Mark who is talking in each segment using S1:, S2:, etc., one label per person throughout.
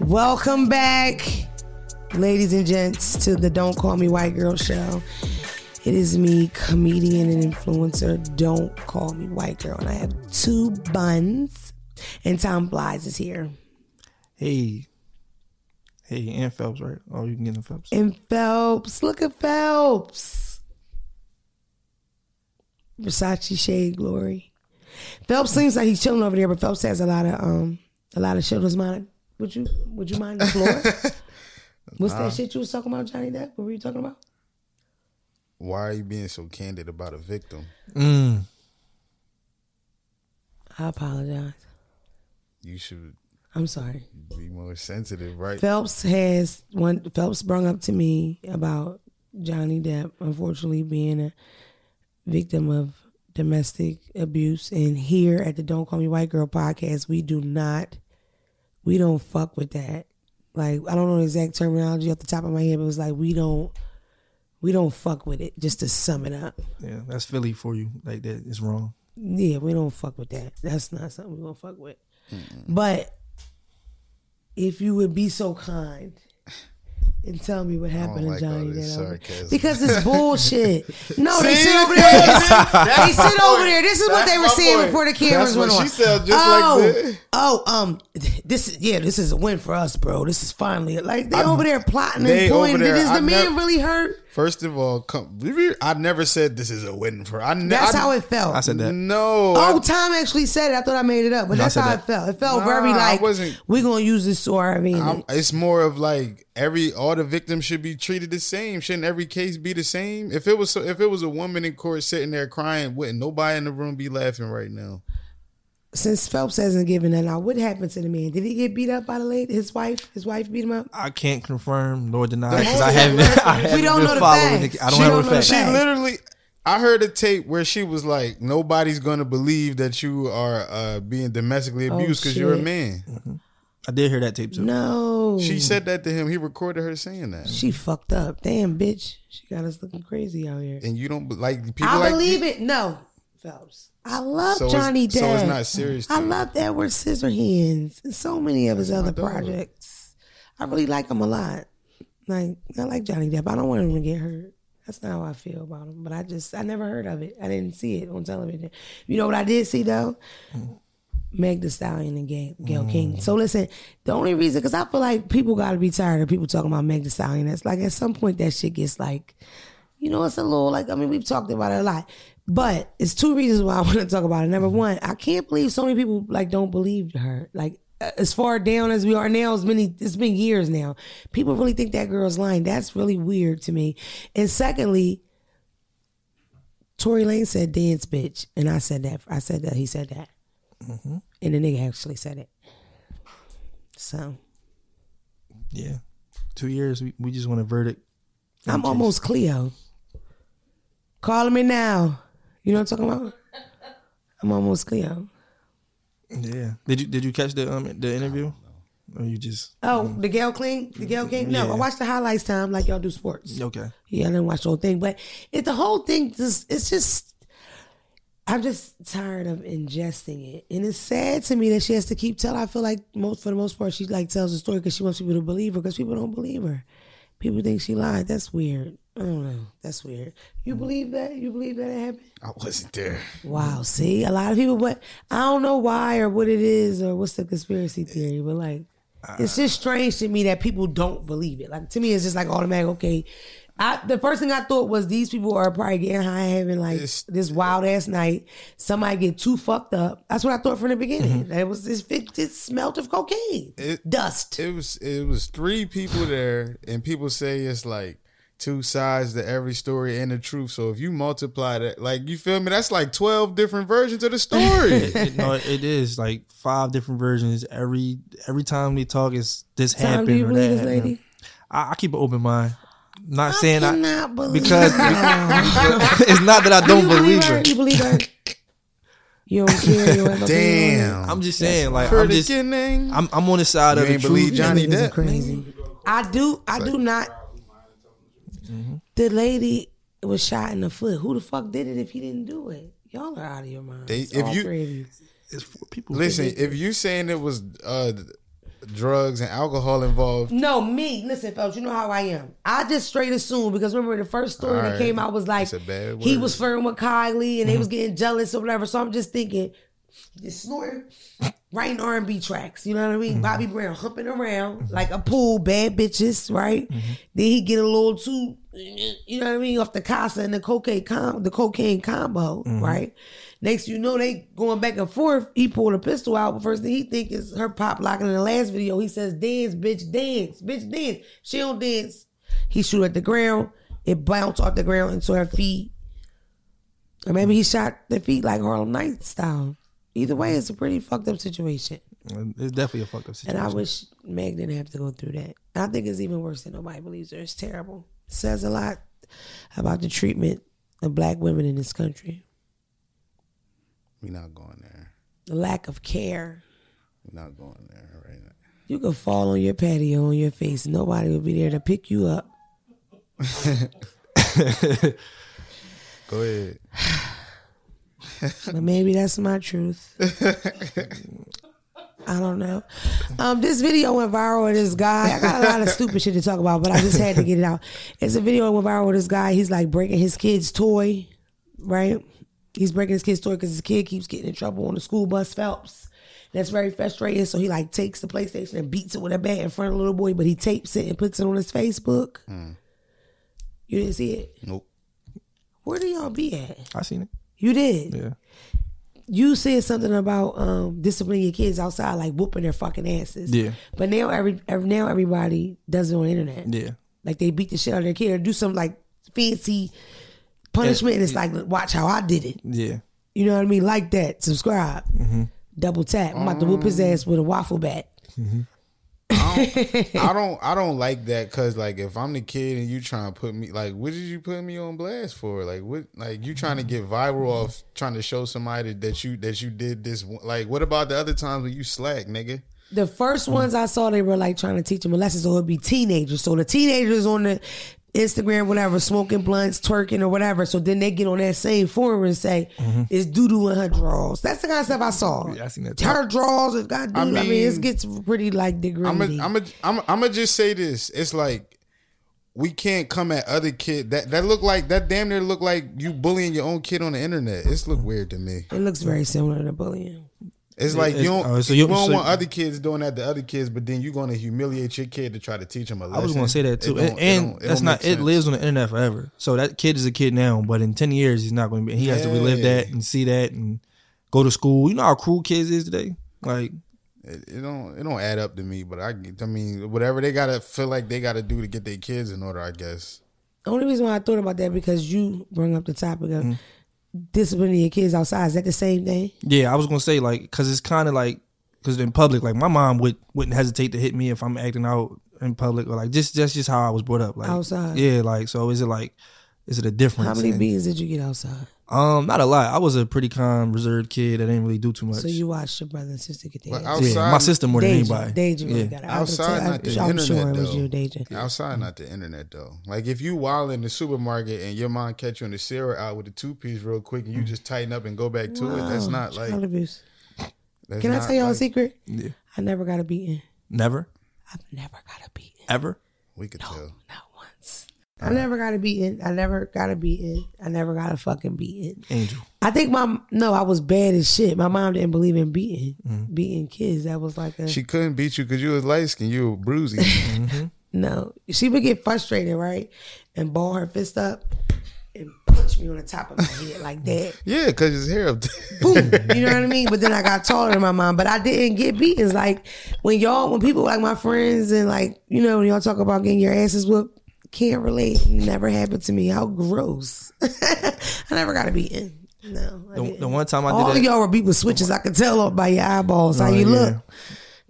S1: Welcome back, ladies and gents, to the Don't Call Me White Girl show. It is me, comedian and influencer. Don't call me white girl. And I have two buns. And Tom Flies is here.
S2: Hey. Hey, and Phelps, right? Oh, you can get in Phelps.
S1: And Phelps, look at Phelps. Versace Shade Glory. Phelps seems like he's chilling over there, but Phelps has a lot of um a lot of shoulders mind. Would you would you mind the floor? What's that shit you was talking about, Johnny Depp? What were you talking about?
S3: Why are you being so candid about a victim?
S2: Mm.
S1: I apologize.
S3: You should
S1: I'm sorry.
S3: be more sensitive, right?
S1: Phelps has one. Phelps brung up to me about Johnny Depp, unfortunately being a victim of domestic abuse, and here at the Don't Call Me White Girl podcast, we do not, we don't fuck with that. Like I don't know the exact terminology off the top of my head, but it was like we don't, we don't fuck with it. Just to sum it up,
S2: Yeah, that's Philly for you. Like that is wrong.
S1: yeah, we don't fuck with that. That's not something we gonna fuck with. But if you would be so kind and tell me what happened
S3: like
S1: to
S3: all
S1: Johnny
S3: this
S1: Depp,
S3: sarcasm.
S1: because it's bullshit. No, they
S3: See?
S1: sit over there. They sit,
S3: That's
S1: they sit
S3: my
S1: over
S3: point.
S1: there. This is what
S3: That's
S1: they were
S3: my
S1: saying
S3: point.
S1: before the cameras
S3: That's what
S1: went on.
S3: she said, just
S1: oh,
S3: like that.
S1: oh, um, this is yeah, this is a win for us, bro. This is finally like they over there plotting
S3: they
S1: and
S3: over
S1: pointing.
S3: there.
S1: Is the
S3: I
S1: man
S3: nev-
S1: really hurt?
S3: First of all, come, I never said this is a win for. I ne-
S1: That's
S3: I,
S1: how it felt.
S2: I said that.
S3: No,
S1: Oh,
S3: I,
S1: Tom actually said it. I thought I made it up, but
S2: No, I
S1: that's
S2: said
S1: how
S2: that.
S1: it felt. It felt
S3: Nah,
S1: very
S3: I
S1: like Mm-hmm.
S3: wasn't-
S1: we're gonna use this to our
S3: I'm,
S1: advantage.
S3: it's more of like every all the victims should be treated the same. Shouldn't every case be the same? If it was so, if it was a woman in court sitting there crying, wouldn't nobody in the room be laughing right now?
S1: Since Phelps hasn't given that out, what happened to the man? Did he get beat up by the lady? His wife? His wife beat him up.
S2: I can't confirm nor deny because I haven't. I haven't
S1: don't
S2: been
S1: know the
S2: following
S1: facts.
S2: I don't
S1: She don't
S2: have
S1: know
S2: a
S1: the
S2: fact.
S3: She
S1: Hey.
S3: literally. I heard a tape where she was like, "Nobody's gonna believe that you are uh, being domestically abused because you're a
S1: Oh, shit.
S3: man."
S2: I did hear that tape too.
S1: No,
S3: She
S1: she
S3: said that to him. He recorded her saying that,
S1: fucked up. Damn, bitch, she got us looking crazy out here.
S3: and you don't like people.
S1: I
S3: like
S1: believe it. No, Phelps. I love
S3: So it's-
S1: Johnny Depp.
S3: so it's not serious to
S1: I
S3: you.
S1: love Edward Scissorhands and so many of his other projects. I really like him a lot. Like I like Johnny Depp. I don't want him to get hurt. That's not how I feel about him. But I just I never heard of it. I didn't see it on television. You know what I did see though? Meg The Stallion and Gail, Gail King. So listen, the only reason, because I feel like people got to be tired of people talking about Meg The Stallion. It's like at some point that shit gets like, you know, it's a little like I mean we've talked about it a lot, but it's two reasons why I want to talk about it. Number one, I can't believe so many people like don't believe her. Like uh, as far down as we are now, it's many it's been years now. People really think that girl's lying. That's really weird to me. And secondly, Tory Lane said dance bitch, and I said that. I said that. He said that, and the nigga actually said it. So
S2: Yeah, two years. We, we just want a verdict.
S1: I'm almost Cleo. Call me now. You know what I'm talking about? I'm almost Cleo.
S2: Yeah. Did you Did you catch the um the interview? Or you just
S1: Oh, the Gail King, the Gail King. No,
S2: Yeah.
S1: I watched the highlights time like y'all do sports.
S2: okay?
S1: Yeah, I didn't watch the whole thing, but it the whole thing just it's just I'm just tired of ingesting it, and it's sad to me that she has to keep telling. I feel like most for the most part, she like tells the story because she wants people to believe her because people don't believe her. People think she lied. That's weird. I don't know. That's weird. You believe that? You believe that it happened?
S3: I wasn't there.
S1: Wow. See, a lot of people, but I don't know why or what it is or what's the conspiracy theory, but like, it's just strange to me that people don't believe it. Like to me, it's just like automatic. Okay, I, the first thing I thought was these people are probably getting high having like
S3: It's-
S1: this wild ass night. Somebody get too fucked up. That's what I thought from the
S2: Mm-hmm.
S1: beginning. That It was this it, it smelt of cocaine
S3: It-
S1: dust.
S3: It was it was three people there, and people say it's like two sides to every story and the truth. So if you multiply that, like you feel me, that's like twelve different versions of the story.
S2: It- no, it is like five different versions. Every every time we talk, it's this
S1: Tom,
S2: happened.
S1: do you
S2: or
S1: believe
S2: that
S1: this
S2: happened.
S1: lady?
S2: I, I keep an open mind. Not
S1: I
S2: saying I
S1: cannot believe
S2: because
S1: her.
S2: it's not that I don't
S1: you
S2: believe her.
S1: You believe her? You don't care. You don't have opinion on it?
S3: Damn.
S2: I'm just saying, like
S3: For
S2: I'm
S3: the
S2: just
S3: beginning,
S2: I'm I'm on the side
S3: You
S2: of the
S3: ain't believe
S2: truth.
S3: Johnny
S1: Niggas are
S3: Depp.
S1: Crazy. I do. I do not. The lady was shot in the foot. Who the fuck did it if he didn't do it? Y'all are out of your mind.
S3: They- if you-
S2: It's four people.
S3: listen. If you saying it was uh drugs and alcohol involved.
S1: No, me. Listen, folks, you know how I am. I just straight assume because remember the first story
S3: Alright.
S1: that came out was like
S3: That's a bad
S1: he
S3: word.
S1: was flirting with Kylie and they was getting jealous or whatever. So I'm just thinking, he just snorting, writing R and B tracks. You know what I mean? Bobby Brown humping around like a pool, bad bitches, right? Then he get a little too, you know what I mean, off the casa and the cocaine com- the cocaine combo, right? Next, you know, they going back and forth. He pulled a pistol out. But first thing he think is her pop locking. In the last video, he says, "Dance, bitch, dance, bitch, dance." She don't dance. He shoot at the ground. It bounced off the ground into her feet. Or maybe he shot the feet like Harlem Night style. Either way, it's a pretty fucked up situation.
S2: It's definitely a fucked up
S1: And
S2: situation.
S1: I wish Meg didn't have to go through that. And I think it's even worse than nobody believes her. It's terrible. says a lot about the treatment of black women in this country.
S3: We not going there.
S1: The lack of care.
S3: We not going there right now.
S1: You could fall on your patio on your face. Nobody would be there to pick you up.
S3: Go ahead.
S1: But maybe that's my truth. I don't know. Um, this video went viral with this guy. I got a lot of stupid shit to talk about, but I just had to get it out. It's a video that went viral with this guy. He's like breaking his kid's toy, right? He's breaking his kid's toy because his kid keeps getting in trouble on the school bus, Phelps. That's very frustrating. So he like takes the PlayStation and beats it with a bat in front of the little boy, but he tapes it and puts it on his Facebook. You didn't see it?
S3: Nope.
S1: Where do y'all be at?
S2: I seen it.
S1: You did
S2: Yeah.
S1: you said something about um, disciplining your kids outside, like whooping their fucking asses.
S2: Yeah.
S1: But now every, every now everybody does it on the internet.
S2: Yeah.
S1: Like they beat the shit out of their kid or do some like fancy punishment, and it's like, look, watch how I did it.
S2: Yeah.
S1: You know what I mean? Like that. Subscribe.
S2: Mm-hmm.
S1: Double tap. I'm about to whoop his
S2: Mm.
S1: ass with a waffle bat.
S3: I don't I don't like that because like if I'm the kid and you trying to put me like what did you put me on blast for like what like you trying to get viral off trying to show somebody that you that you did this one- like what about the other times when you slack nigga
S1: The first ones I saw, they were like trying to teach them a lesson, so it'd be teenagers. So the teenagers on the Instagram, whatever, smoking blunts, twerking, or whatever. So then they get on that same forum and say, "It's doo doo in her drawers." That's the kind of stuff I saw.
S2: Mm-hmm. Yeah, I seen that too.
S1: Her drawers, it got. I mean, I mean,
S3: mean,
S1: it gets pretty like
S3: I'm
S1: degrading.
S3: a, I'm a, I'm a, I'm a just say this it's like we can't come at other kid that that look like that damn near look like you bullying your own kid on the internet it's look weird to me
S1: it looks very similar to bullying.
S3: It's like you
S2: it's-
S3: don't,
S2: oh, so
S3: you
S2: you-
S3: don't
S2: so-
S3: want other kids doing that to other kids, but then you're going to humiliate your kid to try to teach him a lesson.
S2: I was gonna say that
S3: It
S2: too,
S3: don't-
S2: and,
S3: it
S2: and
S3: don't- it
S2: that's
S3: don't
S2: not.
S3: make
S2: It
S3: sense.
S2: lives on the internet forever. So that kid is a kid now, but in ten years he's not going to be. He has to relive
S3: Yeah.
S2: that and see that and go to school. You know how cruel kids is today. Like
S3: It, it don't. It don't add up to me. But I, get- I mean, whatever they gotta feel like they gotta do to get their kids in order, I guess.
S1: The only reason why I thought about that because you broung up the topic of
S2: Mm-hmm.
S1: disciplining your kids outside. Is that the same thing?
S2: Yeah, I was gonna say like because it's kind of like because in public, like my mom would wouldn't hesitate to hit me if I'm acting out in public or like just that's just how I was brought up. Like
S1: Outside.
S2: yeah. Like so, is it like is it a difference?
S1: How many
S2: And,
S1: beans did you get outside?
S2: um, not a lot. I was a pretty calm, reserved kid. I didn't really do too much.
S1: So you watched your brother and sister get their
S3: But
S1: ass
S3: outside,
S2: yeah, my sister more than anybody.
S1: Deja really
S2: yeah.
S1: got it.
S3: Outside,
S1: I
S3: not
S1: could
S3: the
S1: tell, I, am
S3: internet,
S1: sure it was
S3: though.
S1: you, Deja.
S3: outside, not the internet though. Like if you wild in the supermarket and your mom catch you in the cereal out with a two piece real quick, and you just tighten up and go back to it. That's
S1: Wow,
S3: not like.
S1: child Oh, abuse.
S3: that's
S1: Can I
S3: not
S1: tell y'all a
S3: like-
S1: secret?
S2: Yeah.
S1: I never got a beating.
S2: Never,
S1: I've never got a beating.
S2: ever.
S3: We could tell.
S1: Not once. I never got a beating. I never got a beating. I never got a fucking beating.
S2: Angel.
S1: I think my no, I was bad as shit. My mom didn't believe in beating
S2: Mm-hmm.
S1: beating kids. That was like a
S3: She couldn't beat you because you was light skinned You were bruisey.
S1: no. She would get frustrated, right, and ball her fist up and punch me on the top of my head like that.
S3: yeah, because his hair up. there.
S1: boom. You know what I mean? But then I got taller than my mom, but I didn't get beatings. Like when y'all, when people like my friends and like, you know, when y'all talk about getting your asses whooped, can't relate. Never happened to me. How gross. I never got a beating. No. I
S2: The,
S1: didn't.
S2: the one time I
S1: All
S2: did
S1: of
S2: that,
S1: y'all were beat with switches. I could tell off by your eyeballs how
S2: No,
S1: you
S2: yeah.
S1: look.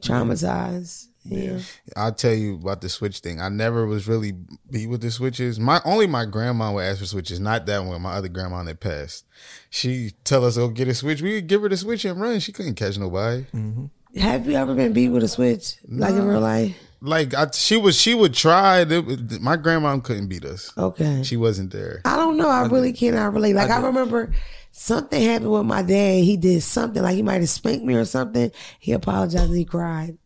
S1: Traumatized. Yeah.
S3: I'll tell you about the switch thing. I never was really beat with the switches. My only my grandma would ask for switches, not that one. My other grandma that passed, she tell us go get a switch. We would give her the switch and run. She couldn't catch nobody.
S2: Mm.
S1: Have you ever been beat with a switch? Like in real life?
S3: Like I, she was, she would try. It was- My grandma couldn't beat us.
S1: Okay.
S3: She wasn't there.
S1: I don't know. I, really cannot relate. Like I, remember something happened with my dad. He did something like he might have spanked me or something. He apologized. and He cried.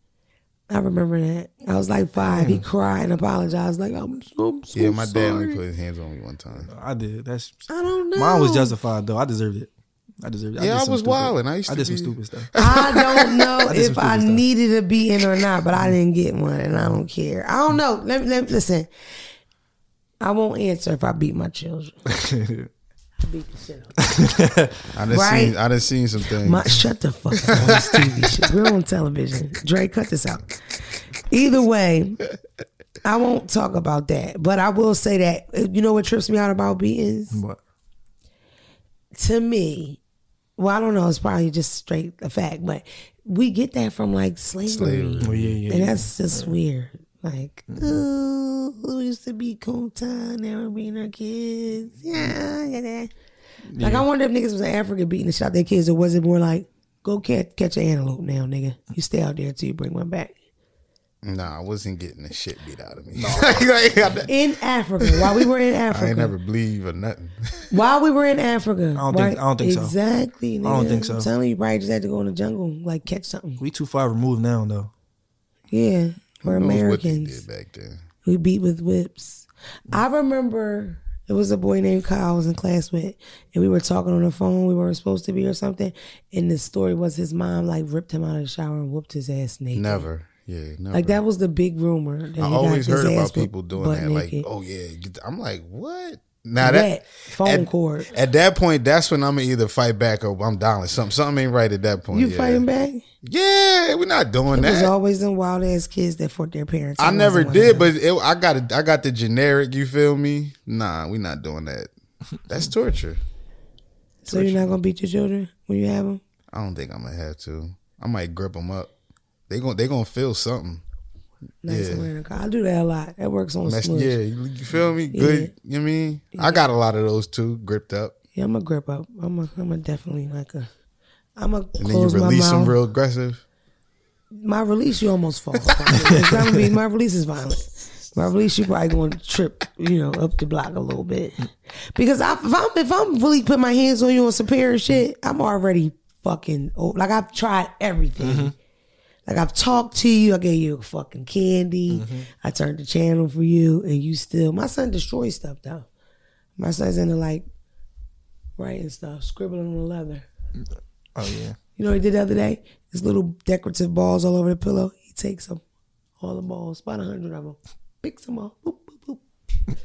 S1: I remember that. I was like five. He cried and apologized. Like I'm so, I'm so
S3: Yeah, my dad
S1: sorry."
S3: only put his hands on me one time.
S2: I did. That's
S1: I don't know.
S2: mine was justified though. I deserved it. I deserved it.
S3: Yeah,
S2: did
S3: I
S2: some
S3: was
S2: stupid-
S3: wildin'. I used
S2: I
S3: to
S2: did some
S3: be-
S2: stupid stuff.
S1: I don't know
S2: did some
S1: if I
S2: stupid stuff.
S1: needed to be in or not, but I didn't get one, and I don't care. I don't know. Let me, let me- listen. I won't answer if I beat my children. I beat the shit out. of
S3: I done
S1: Right.
S3: seen I done seen some things.
S1: My shut the fuck up on this TV shit. We're on television. Dre, cut this out. Either way, I won't talk about that, but I will say that uh, you know what trips me out about beatings.
S2: But
S1: to me, well, I don't know. It's probably just straight a fact, but we get that from like slavery,
S2: well, yeah,
S1: and
S2: yeah.
S1: that's just weird. Like, ooh, who used to be cool time? Now we're beating our kids. Yeah, yeah, yeah. Like, I wonder if niggas was in Africa beating the shot their kids, or was it more like, go catch catch an antelope now, nigga. You stay out there till you bring one back.
S3: Nah, I wasn't getting the shit beat out of me. Like, like, I,
S1: In Africa, while we were in Africa,
S3: I ain't never believe or nothing.
S1: While we were in Africa. I
S2: don't think- I don't think so.
S1: exactly, so. Exactly.
S2: don't
S1: nigga.
S2: think so.
S1: I'm telling you, you probably just had to go in the jungle, like catch something.
S2: we too far removed now though.
S1: Yeah. We're
S3: Who knows what they
S1: Americans.
S3: did back then.
S1: We beat with whips.
S3: Mm.
S1: I remember it was a boy named Kyle I was in class with, and we were talking on the phone. We weren't supposed to be or something. And the story was his mom like ripped him out of the shower and whooped his ass naked.
S3: Never. Yeah, never.
S1: Like that was the big rumor. That
S3: I
S1: he
S3: always
S1: got his
S3: heard
S1: ass
S3: about
S1: whooped
S3: people doing
S1: butt
S3: that.
S1: naked.
S3: Like, oh yeah, get the- I'm like, what? Now
S1: Wet
S3: that
S1: phone
S3: at-
S1: cord.
S3: at that point, that's when I'm gonna either fight back or I'm down. with Something something ain't right at that point.
S1: You
S3: Oh, yeah.
S1: fighting back?
S3: Yeah, we're not doing
S1: There's
S3: that.
S1: always them wild ass kids that fought their parents.
S3: I
S1: wasn't
S3: never
S1: one of them.
S3: did, but it, I got it. I got the generic. You feel me? Nah, we not doing that. That's torture.
S1: So you're not gonna beat your children when you have them?
S3: I don't think I'm gonna have to. I might grip them up. They gon' they gonna feel something.
S1: Nice
S3: Yeah.
S1: America. I do that a lot. That works on
S3: That's,
S1: smooth.
S3: yeah,
S1: Yeah.
S3: you, you feel me? Good. You mean? I got a lot of those too, gripped up,
S1: I'm a grip up. I'm a I'm a definitely like a I'm a
S3: and then you
S1: close my
S3: release them
S1: mouth.
S3: real aggressive.
S1: my release you almost fall. it's not gonna be my release is violent. My release you probably gonna trip, you know, up the block a little bit. Because I, if I'm if I'm really putting my hands on you on some parent shit, I'm already fucking old. Like I've tried everything. Like I've talked to you, I gave you fucking candy, I turned the channel for you, and you still. My son destroys stuff though. My son's into like writing stuff, scribbling on the leather.
S2: Oh yeah.
S1: You know what he did the other day? His little decorative balls all over the pillow. He takes them, all the balls, about a hundred of them, picks them up, boop, boop, boop.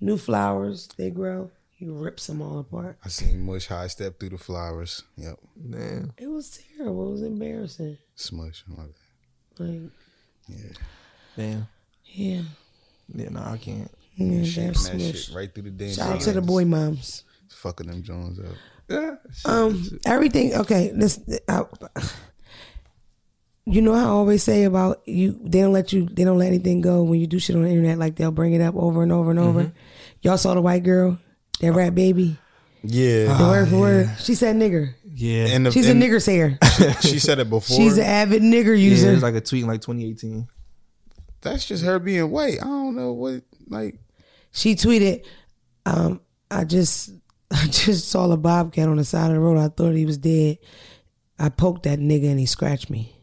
S1: New flowers, they grow. He rips them all apart.
S3: I seen Mush high step through the flowers. Yep,
S2: Man.
S1: It was terrible. It was embarrassing.
S3: Smush. My bad.
S1: Like,
S2: Damn.
S1: yeah,
S2: Yeah, no, I can't.
S1: yeah,
S3: Shaking
S1: that's
S3: that
S1: smush.
S3: shit right through the damn.
S1: Shout out to the
S3: veins.
S1: boy moms.
S3: Fucking them Jones up.
S1: Um, everything okay. This, I, you know, how I always say about you. They don't let you. They don't let anything go when you do shit on the internet. Like they'll bring it up over and over and
S3: Mm-hmm.
S1: over. Y'all saw the white girl, that rat baby.
S3: Yeah,
S1: word for word, she said nigger.
S2: Yeah.
S3: and the,
S1: She's
S3: and
S1: a nigger sayer.
S3: She said it before.
S1: She's an avid nigger
S2: yeah,
S1: user.
S2: it's like a tweet in like 2018.
S3: That's just her being white. I don't know what like.
S1: she tweeted, um, I just I just saw a bobcat on the side of the road. I thought he was dead. I poked that nigga and he scratched me.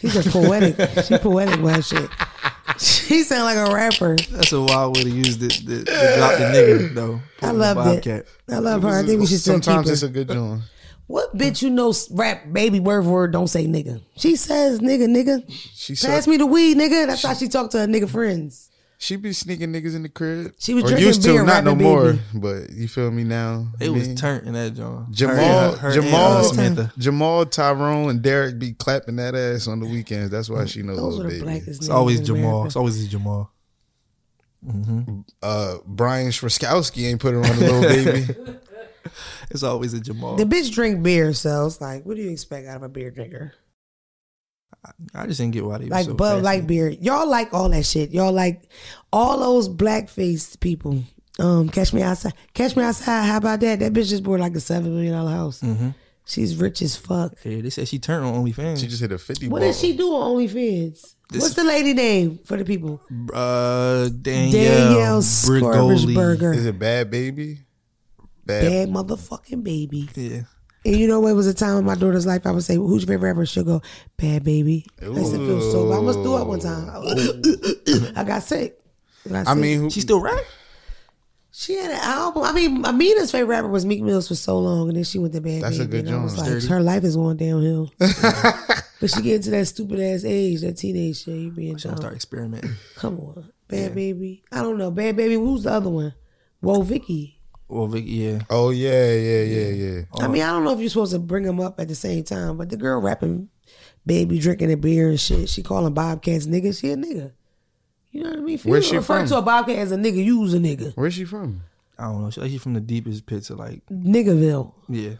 S1: She's a poetic. she poetic with her shit. She sound like a rapper.
S2: That's a wild way to use the the, the drop the nigga though.
S1: I loved it. I love her. I think we should still keep
S3: Sometimes
S1: her.
S3: it's a good John.
S1: what bitch you know s- rap baby word for word don't say nigga. She says nigga nigga.
S3: She
S1: Pass
S3: said
S1: me the weed nigga. That's how she talk to her nigga friends.
S3: she be sneaking niggas in the crib.
S1: She was
S3: Or
S1: drinking
S3: used to,
S1: beer,
S3: not no
S1: rapping
S3: more.
S1: baby.
S3: But you feel me now.
S2: It was
S3: Me?
S2: turned in that John.
S3: Jamal,
S2: and, uh,
S3: Jamal,
S2: Samantha.
S3: Jamal, Tyrone, and Derek be clapping that ass on the weekends. That's why she knows
S1: Those
S3: little
S1: are the
S3: baby.
S1: blackest.
S2: It's always
S1: niggas in
S2: Jamal. It's
S1: America.
S2: always Jamal.
S3: Uh, Brian Schwarzkowski ain't put her on the little baby.
S2: It's always a Jamal.
S1: The bitch drink beer, so it's like, what do you expect out of a beer drinker?
S2: I just didn't get why they were
S1: like
S2: so
S1: Bud Light
S2: fascinated.
S1: beer. Y'all like all that shit. Y'all like all those blackface people. Um, catch me outside. Catch me outside. How about that? That bitch just bought like a seven million dollar house.
S2: Mm-hmm.
S1: She's rich as fuck.
S2: Yeah, they said she turned on OnlyFans.
S3: She just hit a fifty.
S1: What
S3: ball.
S1: does she do on OnlyFans?
S2: This-
S1: What's the lady name for the people?
S2: uh, Danielle,
S1: Danielle
S2: Brigoli.
S1: Scorbishberger.
S3: Is it bad baby? Bad.
S1: Bad motherfucking baby.
S2: Yeah,
S1: And you know, what was a time in my daughter's life I would say, "Who's your favorite rapper?" She'll go, "Bad Baby." I used to feel so. bad. I must do it one time. I got sick. When
S3: I
S1: sick.
S3: mean, who,
S2: She still rap?
S1: she had an album. I mean, Amina's favorite rapper was Meek Mills for so long, and then she went to Bad
S3: That's a
S1: Baby.
S3: good
S1: and I was
S3: joint.
S1: like, her life is going downhill. but she get into that stupid ass age, that teenage shit. You
S3: Oh
S1: being
S2: Don't
S1: dumb.
S2: start experimenting.
S1: Come on, Bad Baby. I don't know, Bad Baby. Who's the other one? Whoa, Vicky.
S2: Well, Vic, yeah.
S3: oh yeah, yeah, yeah, yeah.
S1: I mean, I don't know if you're supposed to bring them up at the same time, but the girl rapping, baby drinking a beer and shit, she calling Bobcats niggas. She a nigga. You know what I mean? If
S3: Where's
S1: you
S3: she
S1: refer
S3: from?
S1: to a Bobcat as a nigga, you was a nigga.
S3: Where's she from?
S2: I don't know. She, like, she from the deepest pits of like,
S1: Niggaville.
S2: yeah.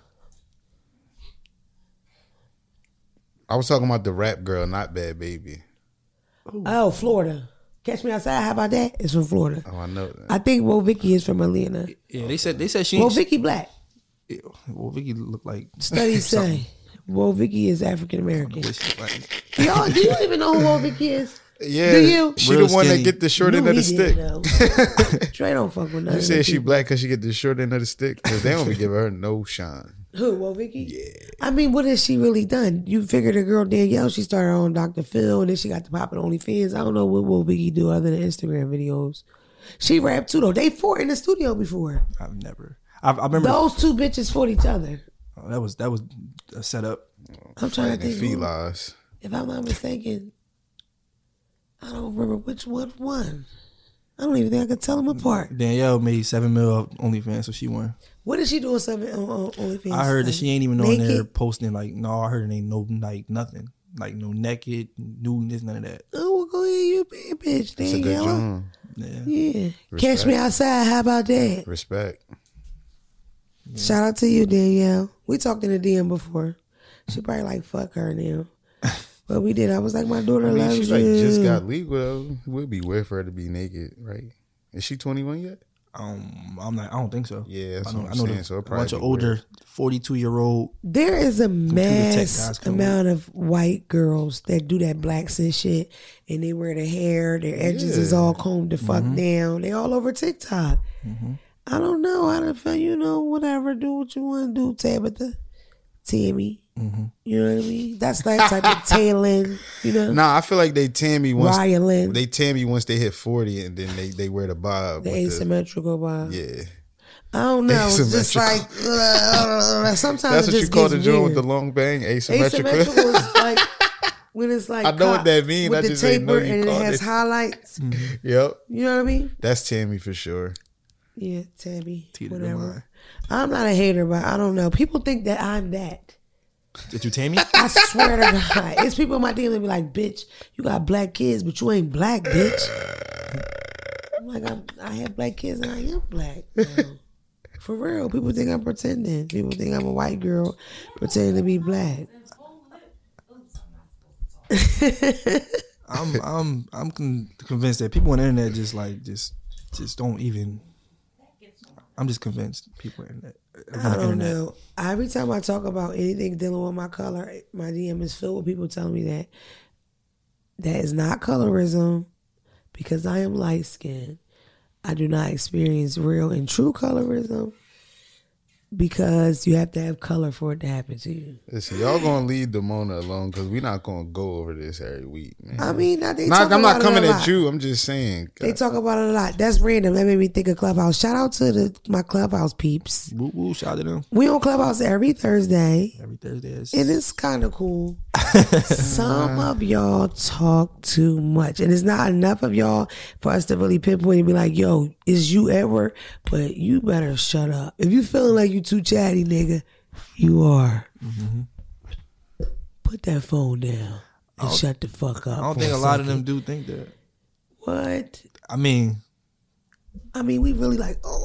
S3: I was talking about the rap girl, not Bad Baby.
S1: Oh, Florida. Catch me outside. How about that? It's from Florida.
S3: Oh, I know that.
S1: I think Wo Vicky is from Atlanta.
S2: Yeah, they said they said she.
S1: Wo
S2: Well,
S1: Vicky black.
S2: Vicky, well, Vicky looked like.
S1: Studies say Wo Vicky is African American.
S2: this, like
S1: Y'all, do you even know who Wo Vicky is?
S3: Yeah,
S1: Do you?
S3: she
S2: Real
S3: the one
S2: skinny.
S3: that get the short end
S1: No,
S3: of the
S1: he didn't
S3: stick.
S1: know. Trey don't fuck with nothing.
S3: You said she black because she get the short end of the stick because they don't be giving her no shine.
S1: Who? Well, Vicky. Yeah. I mean, what has she really done? You figure the girl Danielle, she started her own Dr. Phil, and then she got the poppin' OnlyFans. I don't know what will Vicky do other than Instagram videos. She rapped too though. They fought in the studio before.
S2: I've never. I, I remember
S1: Those two bitches fought each other.
S2: oh, that was that was a setup.
S1: I'm trying to
S3: And
S1: think.
S3: feet
S1: who-
S3: lies.
S1: If I'm not mistaken, I don't remember which one won. I don't even think I could tell them apart.
S2: Danielle made seven mil off OnlyFans, so she won.
S1: What is she doing? Something on, on OnlyFans?
S2: I heard that she ain't even on
S1: naked.
S2: there posting like no. I heard it ain't no like nothing like no naked nudeness, none of that.
S1: Oh, well, go ahead, you big bitch,
S3: It's a good
S1: Danielle.
S3: job.
S2: Yeah,
S1: Yeah. Catch me outside. How about that?
S3: Respect.
S1: Shout out to you, Danielle. We talked in the DM before. She probably like fuck her now. But we did. I was like, my daughter
S3: I mean,
S1: loves
S3: she
S1: you.
S3: like just got legal. Though. It would be weird for her to be naked, right? Is she twenty one yet?
S2: um, I'm like I don't think so.
S3: Yeah, that's
S2: I know.
S3: what I'm
S2: I know
S3: saying, so
S2: a
S3: it probably
S2: bunch of
S3: be weird.
S2: older, forty two year old.
S1: there is a
S2: guys
S1: mass
S2: come
S1: amount of white girls that do that blacks and shit, and they wear the hair, their edges is
S3: Yeah. Mm-hmm.
S1: all combed the fuck down. They all over TikTok. I don't know. I don't feel you know whatever. Do what you want to do, Tabitha, Tammy.
S3: Mm-hmm.
S1: You know what I mean? That's that type of tailing. You know,
S3: Nah, I feel like they Tammy once
S1: Ryan Lynn,
S3: they Tammy once they hit forty and then they they wear the bob.
S1: the
S3: with the-
S1: asymmetrical vibe.
S3: yeah,
S1: I don't know. Oh, It's just
S3: Asymmetrical.
S1: like uh, sometimes
S3: that's
S1: it
S3: what you
S1: just
S3: call
S1: gets
S3: the joint with
S1: weird.
S3: the long bang asymmetrical.
S1: asymmetrical is like when it's like
S3: I know what
S1: cop-
S3: that mean,
S1: with
S3: I
S1: the
S3: just ain't know
S1: taper
S3: you
S1: and it
S3: called
S1: has
S3: it. Mm.
S1: highlights.
S3: yep,
S1: You know what I mean?
S3: that's Tammy for sure.
S1: Yeah, Tabby,
S2: Teeter the line.
S1: whatever. I'm not a hater, but I don't know. People think that I'm that.
S2: Did you Tammy?
S1: I swear to God, it's people in my team that be like, "Bitch, you got black kids, but you ain't black, bitch." I'm like, I'm, I have black kids and I am black. though. For real, people think I'm pretending. People think I'm a white girl pretending to be black.
S2: I'm I'm I'm con- convinced that people on the internet just like just just don't even. I'm just convinced people on the internet.
S1: I don't know. Every time I talk about anything dealing with my color, my DM is filled with people telling me that that is not colorism because I am light skinned. I do not experience real and true colorism because you have to have color for it to happen to you.
S3: Listen, y'all gonna leave Demona alone because we're not gonna go over this every week, man.
S1: I mean, now they
S3: Not-
S1: talk
S3: I'm
S1: Uh, about
S3: not
S1: it a
S3: coming at
S1: lot.
S3: you. I'm just saying.
S1: They talk about it a lot. That's random. That made me think of Clubhouse. Shout out to the, my Clubhouse peeps.
S2: Woo woo! Shout out to them
S1: We on Clubhouse every Thursday.
S2: every Thursday. It's,
S1: and it's kind of cool. Some of y'all talk too much, and it's not enough of y'all for us to really pinpoint and be like, "Yo, is you Edward?" But you better shut up. If you feeling like you too chatty, nigga, you are. Put that phone down and shut the fuck up.
S2: Mm-hmm. I don't think a lot of them do think that.
S1: What?
S2: I mean,
S1: I mean, we really like, oh,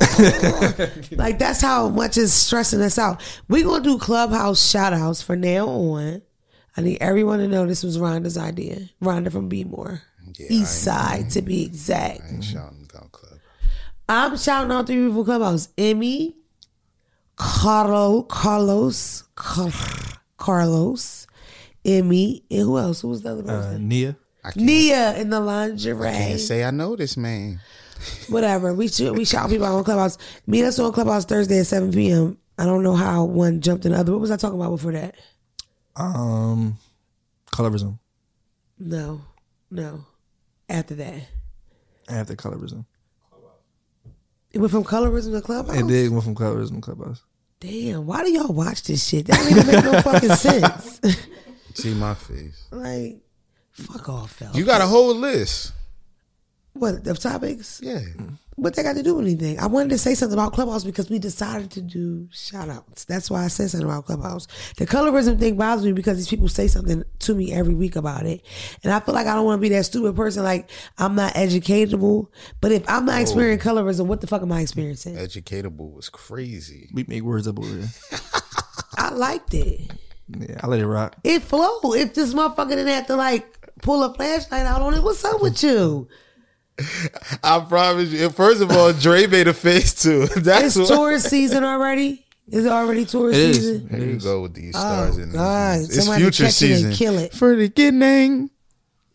S1: like that's how much is stressing us out. We're gonna do clubhouse shout outs for now on. I need everyone to know this was Rhonda's idea. Rhonda from Be More.
S3: Yeah,
S1: East Side to be exact.
S3: I ain't shouting down club.
S1: I'm shouting out three people from Clubhouse. Emmy, Carlo, Carlos, Car- Carlos, Emmy, and who else? Who was the other person?
S2: uh, Nia.
S3: I can't,
S1: Nia in the lingerie.
S3: can't say I know this man.
S1: whatever. We should we shout people out on Clubhouse. Meet us on Clubhouse Thursday at seven p.m. I don't know how one jumped in the other. What was I talking about before that?
S2: Um, colorism.
S1: No, no. After that,
S2: After colorism,
S1: it went from colorism to clubhouse.
S2: it did went from colorism to clubhouse.
S1: Damn, why do y'all watch this shit? That don't even make no fucking sense.
S3: See my face.
S1: like, fuck off, fella.
S3: You got a whole list.
S1: what of topics?
S3: Yeah.
S1: What they got to do with anything? I wanted to say something about Clubhouse because we decided to do shout outs. That's why I said something about Clubhouse. The colorism thing bothers me because these people say something to me every week about it. And I feel like I don't want to be that stupid person. Like, I'm not educatable. But if I'm
S2: Oh.
S1: not experiencing colorism, what the fuck am I experiencing?
S3: Educatable was crazy.
S2: We make words up over here.
S1: I liked it.
S2: Yeah, I let it rock.
S1: It flowed. If this motherfucker didn't have to, like, pull a flashlight out on it, what's up with you?
S3: I promise you. First of all, Dre made a face too. That's
S1: It's
S3: what.
S1: tourist season already. Is it already tourist
S2: It is.
S1: season?
S3: Here you go with these stars in
S1: Oh, God,
S3: these. It's
S1: somebody
S3: future
S1: catch it and
S3: season.
S1: kill it.
S3: For the getting.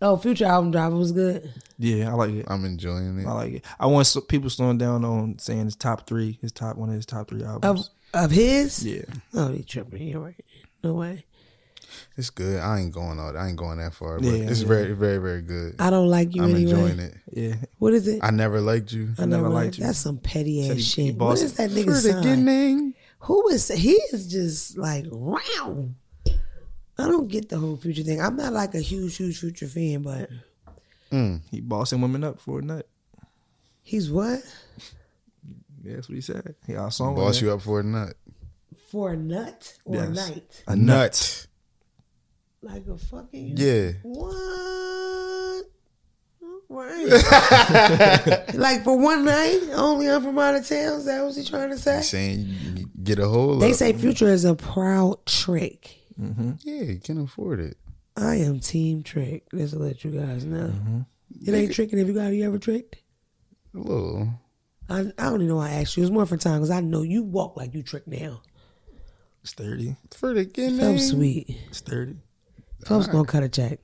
S1: Oh, Future album driver was good.
S2: Yeah, I like it.
S3: I'm enjoying
S2: I
S1: Oh.
S3: it.
S2: like it. I want so- people slowing down on saying his top three, his top one of his top three
S1: Of
S2: albums.
S1: of his?
S2: yeah,
S1: Oh, he tripping. You're right. No way.
S3: It's good. I ain't going all. I ain't going that far. But
S2: Yeah,
S3: it's
S2: yeah.
S3: very, very, very good.
S1: I don't like you
S3: I'm
S1: anyway.
S3: enjoying it.
S2: yeah.
S1: What is it?
S3: I never liked you.
S1: I
S2: never
S1: like-
S2: liked you.
S1: That's some petty
S2: Said
S1: ass
S2: he- he
S1: shit. What
S2: bossy.
S1: is that nigga sign?
S3: getting.
S1: Who is he? Is just like wow. I don't get the whole future thing. I'm not like a huge, huge future fan, but
S2: He bossing women up for a nut.
S1: he's what
S2: Yeah, that's what he said. He our song
S3: Boss you up for a nut.
S1: for a nut or a
S2: Yes.
S1: night?
S2: a nut.
S3: Nut.
S1: Like a fucking
S3: Yeah.
S1: What? Right. like for one night, only I'm from out of town. Is that what he trying to say?
S3: Saying you can get a whole.
S1: They
S3: up.
S1: say Future is a proud trick.
S3: yeah, you can afford it.
S1: I am Team Trick. Just to let you guys know, it ain't tricking. If you got you ever tricked?
S3: A little.
S1: I, I don't even know why I asked you. It's more for time because I know you walk like you trick now.
S2: It's thirty.
S3: For the getting.
S1: Felt sweet.
S2: It's thirty.
S1: Felps gonna cut a check.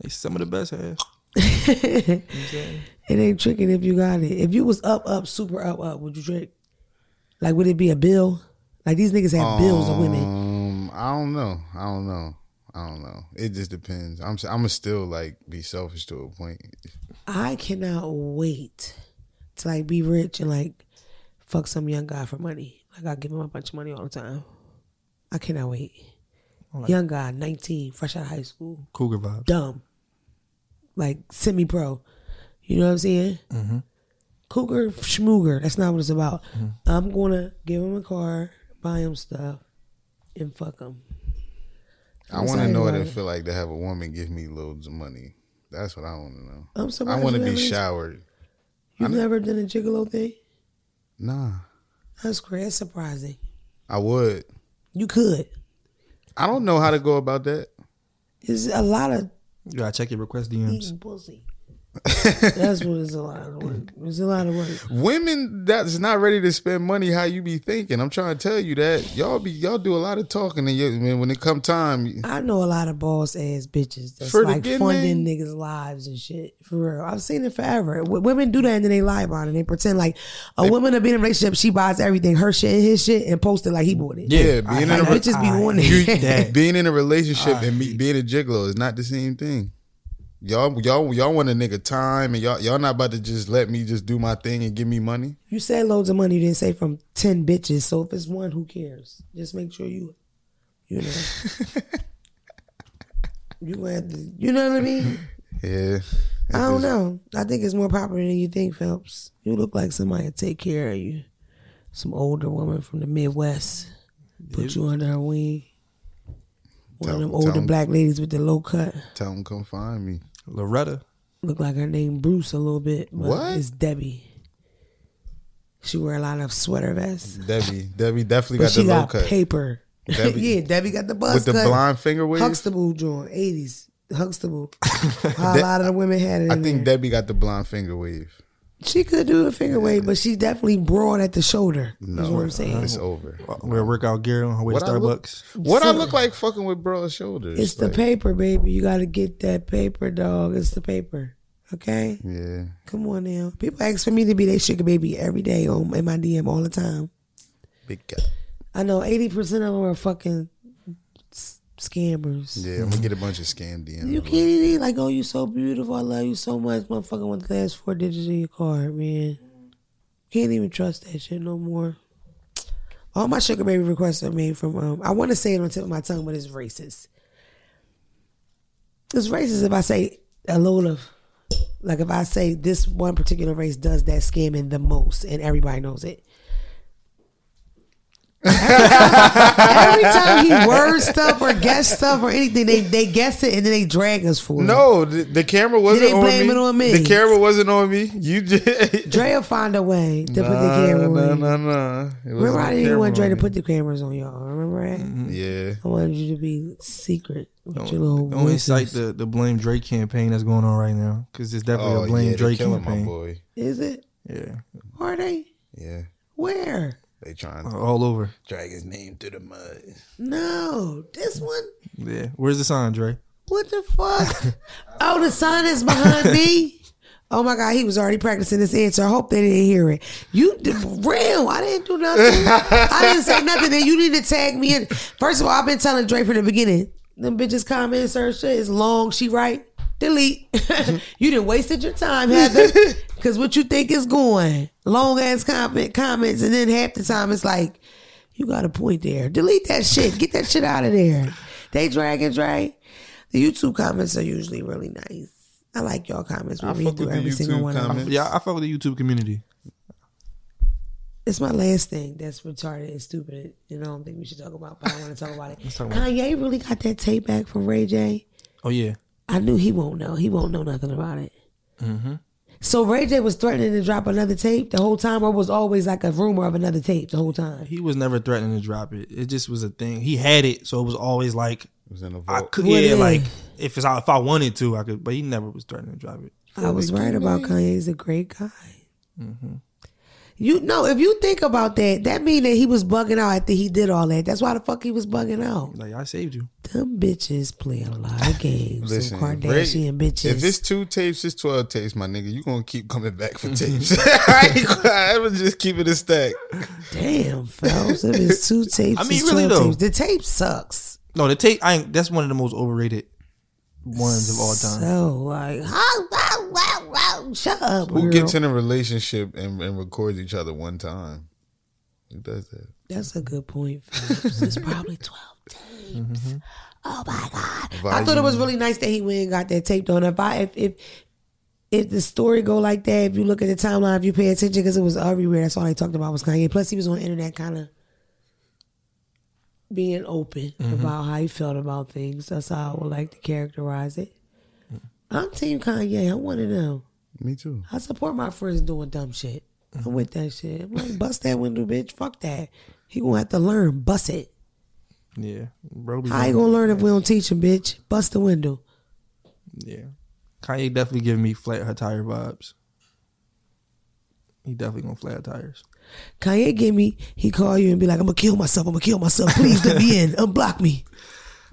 S2: They some of the best have.
S1: It ain't tricking if you got it. If you was up, up, super up, up, would you trick? Like, would it be a bill? Like these niggas have bills of women.
S3: Um, I don't know. I don't know. I don't know. It just depends. I'm. I'm gonna still like be selfish to a point.
S1: I cannot wait to like be rich and like fuck some young guy for money. Like I give him a bunch of money all the time. I cannot wait. young guy, nineteen, fresh out of high school,
S2: Cougar vibes.
S1: dumb, like semi pro. You know what I'm saying? Mm-hmm. Cougar schmooger. That's not what it's about.
S3: Mm-hmm.
S1: I'm gonna give him a car, buy him stuff, and fuck him.
S3: I want to know what it
S1: excited
S3: feel like to have a woman give me loads of money. That's what I want to know.
S1: I'm surprised.
S3: I want to
S1: you
S3: be
S1: haven't-
S3: showered.
S1: You've never done a gigolo thing.
S3: Nah,
S1: That's crazy. That's surprising.
S3: I would.
S1: You could.
S3: I don't know how to go about that.
S1: It's a lot of
S2: You gotta check your request DMs.
S1: eating pussy. That's what it's a lot of work. It's a lot of work.
S3: Women that's not ready to spend money how you be thinking. I'm trying to tell you that y'all be y'all do a lot of talking and you, when- when it come time.
S1: I know a lot of boss ass bitches that's
S3: For the
S1: like
S3: getting
S1: funding niggas' lives and shit. For real, I've seen it forever. W- women do that and then they lie about it. They pretend like a woman to be in a relationship, she buys everything, her shit and his shit, and post it like he bought it.
S3: Yeah, being
S1: Like,
S3: in a re-
S1: bitches be on
S2: hate
S1: it.
S2: that.
S3: Being in a
S1: Ah,
S3: relationship and me, being a gigolo is not the same thing. Y'all y'all y'all want a nigga time and y'all y'all not about to just let me just do my thing and give me money.
S1: You said loads of money. You didn't say from ten bitches. So if it's one, who cares? Just make sure you, you know, you gonna have to. You know what I mean?
S3: Yeah.
S1: I don't know. I think it's more popular than you think, Phelps. You look like somebody to take care of you. Some older woman from the Midwest put you under her wing. One
S3: Tell-
S1: of them
S3: tell
S1: older
S3: 'em.
S1: black ladies with the low cut.
S3: Tell them come find me.
S2: Loretta.
S1: Look like her name Bruce a little bit. But
S3: What?
S1: It's Debbie. She wear a lot of sweater vests,
S3: Debbie. Debbie definitely
S1: but
S3: got the
S1: she
S3: low
S1: got
S3: cut.
S1: paper.
S3: Debbie-
S1: yeah, Debbie got the buzz
S3: With the
S1: cut.
S3: blonde finger wave.
S1: Huxtable joint, eighties Huxtable. How a lot of the women had it.
S3: I
S1: in there.
S3: think Debbie got the blonde finger wave.
S1: She could do a finger wave, but she's definitely broad at the shoulder. No, is what I'm saying.
S3: It's over.
S2: Wear uh, workout gear on her way to
S3: I look-
S2: Starbucks.
S3: What I look like fucking with broad shoulders.
S1: it's the
S3: like,
S1: paper, baby. You got to get that paper, dog. It's the paper. Okay,
S3: Yeah.
S1: come on now. People ask for me to be their sugar baby every day on in my DM all the time.
S3: Big cat.
S1: I know eighty percent of them are fucking s- scammers.
S3: Yeah, I'm gonna get a bunch of scam DMs.
S1: You kidding me? Like, oh, you so beautiful. I love you so much. Motherfucker, want the last four digits of your card, man. Can't even trust that shit no more. All my sugar baby requests are made from. Um, I want to say it on the tip of my tongue, but it's racist. It's racist if I say a load of, like if I say this one particular race does that scamming the most, and everybody knows it. Every time he words stuff or guess stuff or anything, they they guess it and then they drag us for it.
S3: No, the, the camera wasn't
S1: Did they
S3: on
S1: blame
S3: me.
S1: it on me?
S3: The camera wasn't on me. You did.
S1: Dre will find a way to put the
S3: Nah,
S1: camera on.
S3: nah,
S1: you.
S3: nah, nah. It wasn't
S1: Remember, I
S3: the
S1: didn't want Dre
S3: camera
S1: to
S3: on
S1: put the cameras on y'all. Remember that?
S3: me. Yeah.
S1: I wanted you to be secret with your little.
S2: Don't, don't incite
S1: voices.
S2: the, the blame Drake campaign that's going on right now because it's definitely
S3: Oh,
S2: a blame
S3: yeah, they
S2: Drake
S3: killing my
S2: campaign.
S3: boy.
S1: Is it?
S2: Yeah,
S1: Are they?
S3: Yeah,
S1: Where?
S3: they trying to
S2: all over.
S3: drag his name through the mud.
S1: No, this one.
S2: Yeah, where's the sign, Dre?
S1: What the fuck? oh, the sun is behind me. Oh my God, he was already practicing this answer. I hope they didn't hear it. You did, real? I didn't do nothing. I didn't say nothing. And you need to tag me in. First of all, I've been telling Dre from the beginning. Them bitches comments her shit is long. She right. Delete. you didn't wasted your time, Heather. Because what you think is going long ass comment comments, and then half the time it's like you got a point there. Delete that shit. Get that shit out of there. They drag and drag. The YouTube comments are usually really nice. I like y'all comments. We
S3: I
S1: read
S3: fuck
S1: through
S3: with the
S1: every single
S3: YouTube
S1: one of them.
S3: comments.
S2: Yeah, I fuck with the YouTube community.
S1: It's my last thing that's retarded and stupid, and I don't think we should talk about. But I want to talk about it.
S2: talk about
S1: Kanye really got that tape back from Ray J.
S2: Oh yeah,
S1: I knew he won't know. He won't know nothing about it.
S3: Mm-hmm.
S1: So Ray J was threatening to drop another tape the whole time, or was always like a rumor of another tape the whole time.
S2: he was never threatening to drop it. It just was a thing. He had it, so it was always like
S3: It was in a
S2: I
S3: vault.
S2: could.
S1: What
S2: yeah,
S1: is?
S2: like if it's if I wanted to, I could. But he never was threatening to drop it.
S1: I was right about Kanye. He's a great guy.
S3: Mm-hmm.
S1: You know, if you think about that, that mean that he was bugging out after he did all that. That's why the fuck he was bugging out.
S2: Like I saved you.
S1: Them bitches play a lot of games.
S3: Listen,
S1: Some Kardashian
S3: Ray-
S1: bitches.
S3: If it's two tapes, it's twelve tapes, my nigga. You gonna keep coming back for tapes. I ain't gonna- I was just keeping it stack.
S1: Damn, Phelps. If it's two tapes,
S2: I mean,
S1: it's
S2: really,
S1: 12
S2: though.
S1: tapes. The tape sucks.
S2: No, the tape. I ain't, that's one of the most overrated ones of all
S3: Uh-huh.
S2: time.
S1: So like, how, wow, wow, wow. Shut up.
S3: Who
S1: girl.
S3: gets in a relationship and, and records each other one time? Who does that?
S1: That's a good point. Phelps. it's probably twelve tapes.
S3: Mm-hmm.
S1: Oh my god! I thought it
S3: Volume.
S1: was really nice that he went and got that tape done. If I if if if the story go like that, if you look at the timeline, if you pay attention, because it was everywhere. That's all they talked about was Kanye. Plus, he was on the internet, kind of being open about how he felt about things. That's how I would like to characterize it. I'm Team Kanye. I'm one of them.
S3: Me too.
S1: I support my friends doing dumb shit. I'm with that shit. I'm like, bust that window, bitch. Fuck that. He gonna have to learn. Bust it.
S2: Yeah, bro. be
S1: How you
S2: going-
S1: gonna learn if we don't teach him, bitch? Bust the window.
S2: Yeah, Kanye definitely giving me flat her tire vibes. He definitely gonna flat her tires.
S1: Kanye gave me, he call you and be like, I'm gonna kill myself. I'm gonna kill myself. Please let me in. Unblock me.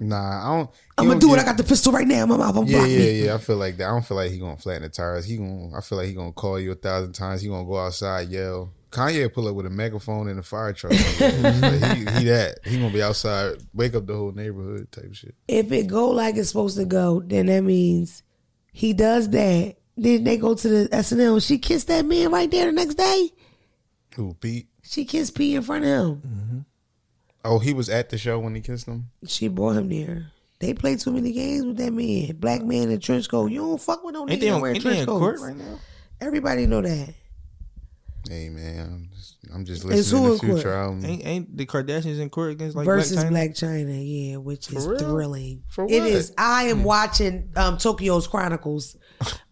S3: Nah, I don't. he
S1: I'm gonna
S3: don't
S1: do it. I
S3: get-
S1: got the pistol right now in my mouth. Unblock
S3: Yeah, yeah,
S1: me.
S3: yeah. I feel like that. I don't feel like he gonna flatten the tires. He gonna. I feel like he gonna call you a thousand times. He gonna go outside yell. Kanye will pull up with a megaphone and a fire truck. Like, he, he that. He gonna be outside, wake up the whole neighborhood type shit.
S1: If it go like it's supposed to go, then that means he does that. Then they go to the SNL. She kissed that man right there the next day.
S3: Who Pete?
S1: She kissed P in front of him.
S3: Oh, he was at the show when he kissed him.
S1: She brought him there. They play too many games with that man. Black man in trench coat. You don't fuck with no
S2: Ain't
S1: nigga
S2: they,
S1: that
S2: on,
S1: wearing
S2: ain't they
S1: trench
S2: in
S1: coats.
S2: court right now?
S1: Everybody know that.
S3: Hey man, I'm just, I'm just
S1: It's who
S3: listening
S1: in
S3: to
S1: court?
S3: Future album.
S2: Ain't, ain't the Kardashians in court against like
S1: Mm. Versus
S2: Black
S1: Black,
S2: China?
S1: China, yeah, which is
S3: real?
S1: thrilling.
S3: For
S1: It
S3: what?
S1: is. I am watching um, Tokyo's Chronicles.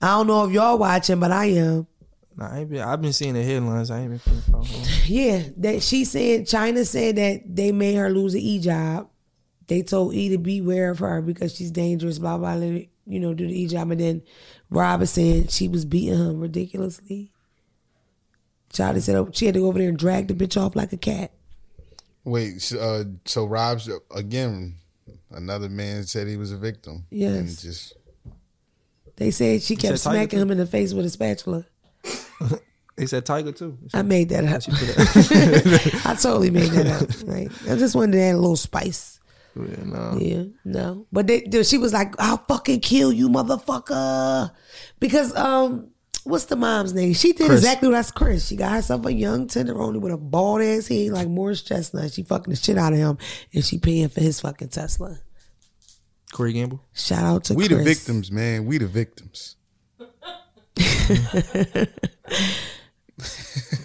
S1: I don't know if y'all watching, but I am.
S2: Nah, I ain't been, I've been seeing the headlines. I ain't been. finna follow.
S1: Yeah, that she said China said that they made her lose an E job. They told E to beware of her because she's dangerous. Blah blah. blah you know, do the E job, and then Robin said she was beating him ridiculously. Charlie said oh, she had to go over there and drag the bitch off like a cat.
S3: Wait, so, uh, so Rob's again. Another man said he was a victim.
S1: Yes.
S3: and just
S1: They said she kept
S2: said Tiger
S1: smacking him in the face with a spatula.
S2: They said Tiger too.
S1: I made that up.
S2: She put it-
S1: I totally made that up. Like, I just wanted to add a little spice.
S2: yeah, nah.
S1: Yeah, no. But they, they- she was like, "I'll fucking kill you, motherfucker," because um, what's the mom's name? She did
S2: Chris.
S1: exactly what that's Chris. She got herself a young tenderoni with a bald ass head like Morris Chestnut. She fucking the shit out of him, and she paying for his fucking Tesla.
S2: Corey Gamble.
S1: Shout out to
S3: We
S1: Chris.
S3: the victims, man. We the victims.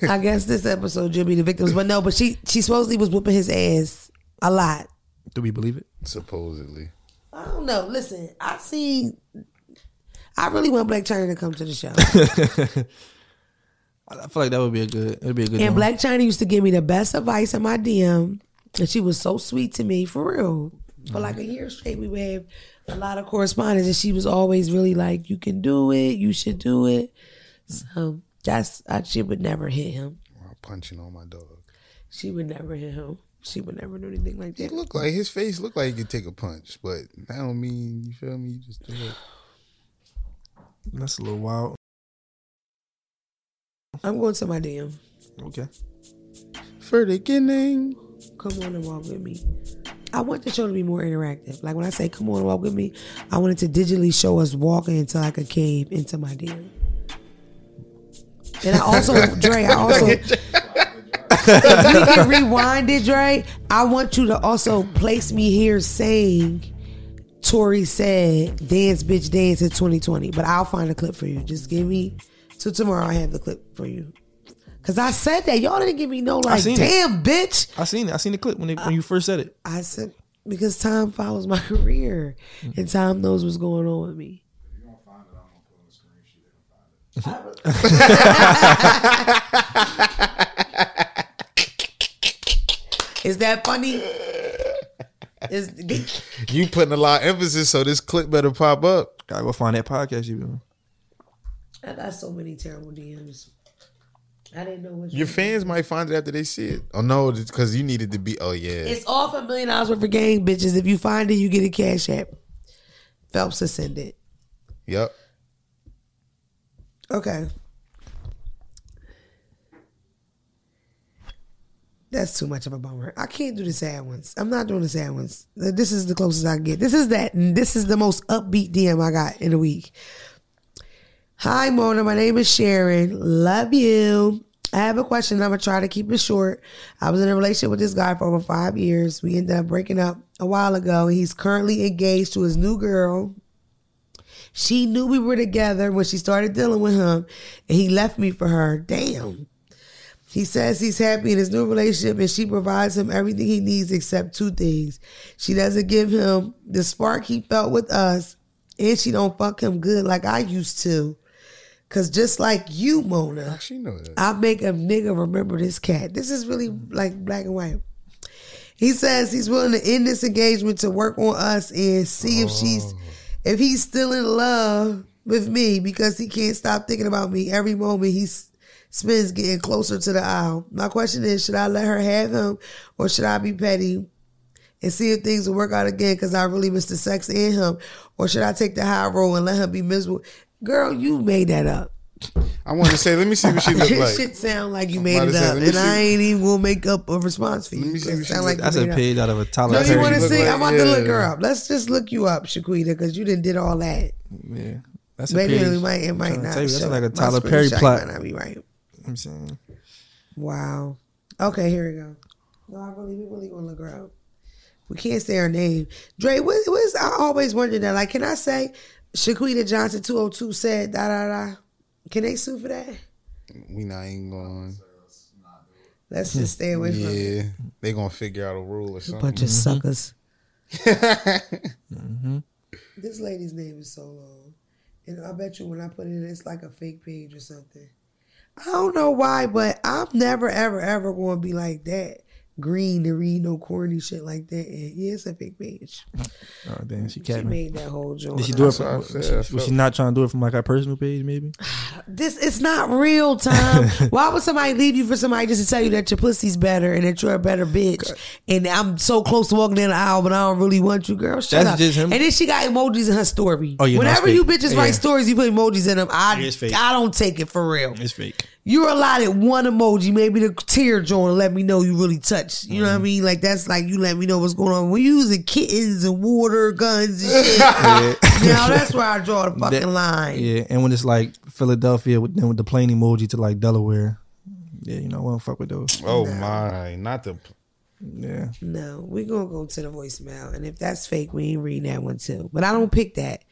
S1: I guess this episode you'll be the victims, but no. But she she supposedly was whooping his ass a lot.
S2: Do we believe it?
S3: Supposedly.
S1: I don't know. Listen, I see. I really want Black China to come to the show.
S2: I I feel like that would be a good. It'd be a good.
S1: And
S2: one.
S1: Black China used to give me the best advice in my DM, and she was so sweet to me for real. For like a year straight, we would have a lot of correspondence, and she was always really like, "You can do it. You should do it." So that's I, she would never hit him.
S3: I'm punching on my dog.
S1: She would never hit him. She would never do anything like
S3: It
S1: that.
S3: looked like his face looked like he could take a punch, but that don't mean you feel me. You just do it.
S2: That's a little wild.
S1: I'm going to my DM.
S2: Okay.
S3: For the beginning,
S1: Come on and walk with me. I want the show to be more interactive. Like when I say "Come on and walk with me," I wanted to digitally show us walking into like a cave into my DM. And I also, Dre, I also, if we can rewind it, Dre, I want you to also place me here saying, Tori said, dance, bitch, dance in 2020. But I'll find a clip for you. Just give me, till tomorrow I have the clip for you. Cause I said that. Y'all didn't give me no like,
S2: seen it.
S1: damn, bitch.
S2: I seen it. I seen the clip when they, when you first said it.
S1: I said because time follows my career, and time knows what's going on with me. Is that funny? Is
S3: you putting a lot of emphasis, so this clip better pop up.
S2: Gotta go find that podcast you been on.
S1: I got so many terrible DMs. I didn't know which.
S4: Mm-hmm.
S3: Your
S1: one.
S3: fans might find it after they see it. Oh no, because you needed to be. Oh yeah,
S1: It's all for a million dollars worth of game, bitches. If you find it, you get a cash app. Phelps to send it.
S3: yep.
S1: Okay. That's too much of a bummer. I can't do the sad ones. I'm not doing the sad ones. This is the closest I can get. This is that. This is the most upbeat DM I got in a week. Hi, Mona. My name is Sharon. Love you. I have a question. I'm going to try to keep it short. I was in a relationship with this guy for over five years. We ended up breaking up a while ago. He's currently engaged to his new girl. She knew we were together when she started dealing with him, and he left me for her. Damn. He says he's happy in his new relationship and she provides him everything he needs except two things. She doesn't give him the spark he felt with us, and she don't fuck him good like I used to. Cause just like you, Mona,
S3: She know that.
S1: I make a nigga remember this cat. This is really like black and white. He says he's willing to end this engagement to work on us and see if she's if he's still in love with me because he can't stop thinking about me every moment he s- spends getting closer to the aisle. My question is, should I let her have him or should I be petty and see if things will work out again because I really miss the sex in him? Or should I take the high road and let him be miserable? Girl, you made that up.
S3: I want to say, let me see what she look
S1: This
S3: like.
S1: shit sound like you made
S3: about
S1: it
S3: to say,
S1: up,
S3: let me
S1: and I
S3: see.
S1: ain't even gonna make up a response for you.
S3: Let me see
S1: It
S3: what she
S1: sound
S3: look-
S1: like
S2: That's
S1: you
S2: a
S1: made it up.
S2: page out of a Tyler
S1: No, you
S2: Perry.
S1: want to
S3: look
S1: see?
S3: like,
S1: I'm about to look
S3: yeah.
S1: her up. Let's just look you up, Shaquita, because you didn't did all that.
S2: yeah, that's a
S1: Maybe
S2: page.
S1: it might, it might
S2: trying to
S1: not.
S2: tell you, that's
S1: show.
S2: like
S1: My
S2: a Tyler Perry
S1: screenshot
S2: plot.
S1: Might not be right.
S2: I'm saying
S1: Wow. Okay, here we go. No, I really, we really want to look her up. We can't say her name. Dre, what, what is, I always wondered that. Like, can I say Shaquita Johnson 202 said da da da? Can they sue for that?
S3: we not even going.
S1: Let's just stay away from it.
S3: Yeah, Mm-hmm. they gonna figure out a rule or something.
S1: Bunch of suckers. This lady's name is so long. And I bet you when I put it in, it's like a fake page or something. I don't know why, but I'm never, ever, ever going to be like that. Green to read no corny shit like that. And yeah, it's a fake page.
S2: Oh damn, she
S1: She
S2: cat me.
S1: made that whole joint.
S2: Did she do it?
S3: That's what I
S2: From,
S3: said, I
S2: was, she, was
S3: felt-
S2: she not trying to do it from like her personal page? Maybe.
S1: This it's not real time. Why would somebody leave you for somebody just to tell you that your pussy's better and that you're a better bitch? And I'm so close to walking in the aisle, but I don't really want you, girl. Shut
S2: That's
S1: up.
S2: just him.
S1: And then she got emojis in her story.
S2: Oh, yeah, no, it's
S1: Whenever you
S2: fake.
S1: bitches
S2: Yeah.
S1: write stories, you put emojis in them. I
S2: It is fake.
S1: I don't take it for real.
S2: It's fake.
S1: you're allotted one emoji, maybe the tear joint, to let me know you really touched. You
S2: Mm-hmm.
S1: know what I mean? Like that's like you let me know what's going on. When you using kittens and water guns and shit, now that's where I draw the fucking
S2: That-
S1: line.
S2: Yeah, and when it's like Philadelphia, with, then with the plane emoji to like Delaware. Yeah, you know, we don't fuck with those.
S3: Oh my, not the.
S2: Yeah.
S1: No, we're gonna go to the voicemail, and if that's fake, we ain't reading that one too. But I don't pick that,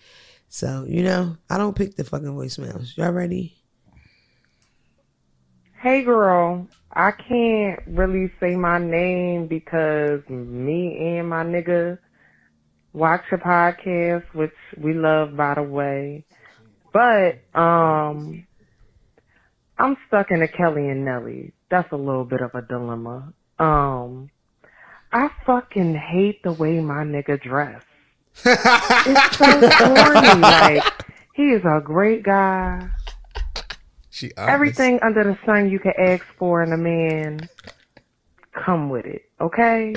S1: so you know I don't pick the fucking voicemails. Y'all ready?
S4: Hey girl, I can't really say my name because me and my nigga watch a podcast, which we love by the way. But um I'm stuck in a Kelly and Nelly. That's a little bit of a dilemma. Um I fucking hate the way my nigga dress. it's so corny. Like he is a great guy
S3: She
S4: everything under the sun you can ask for in a man, come with it, okay?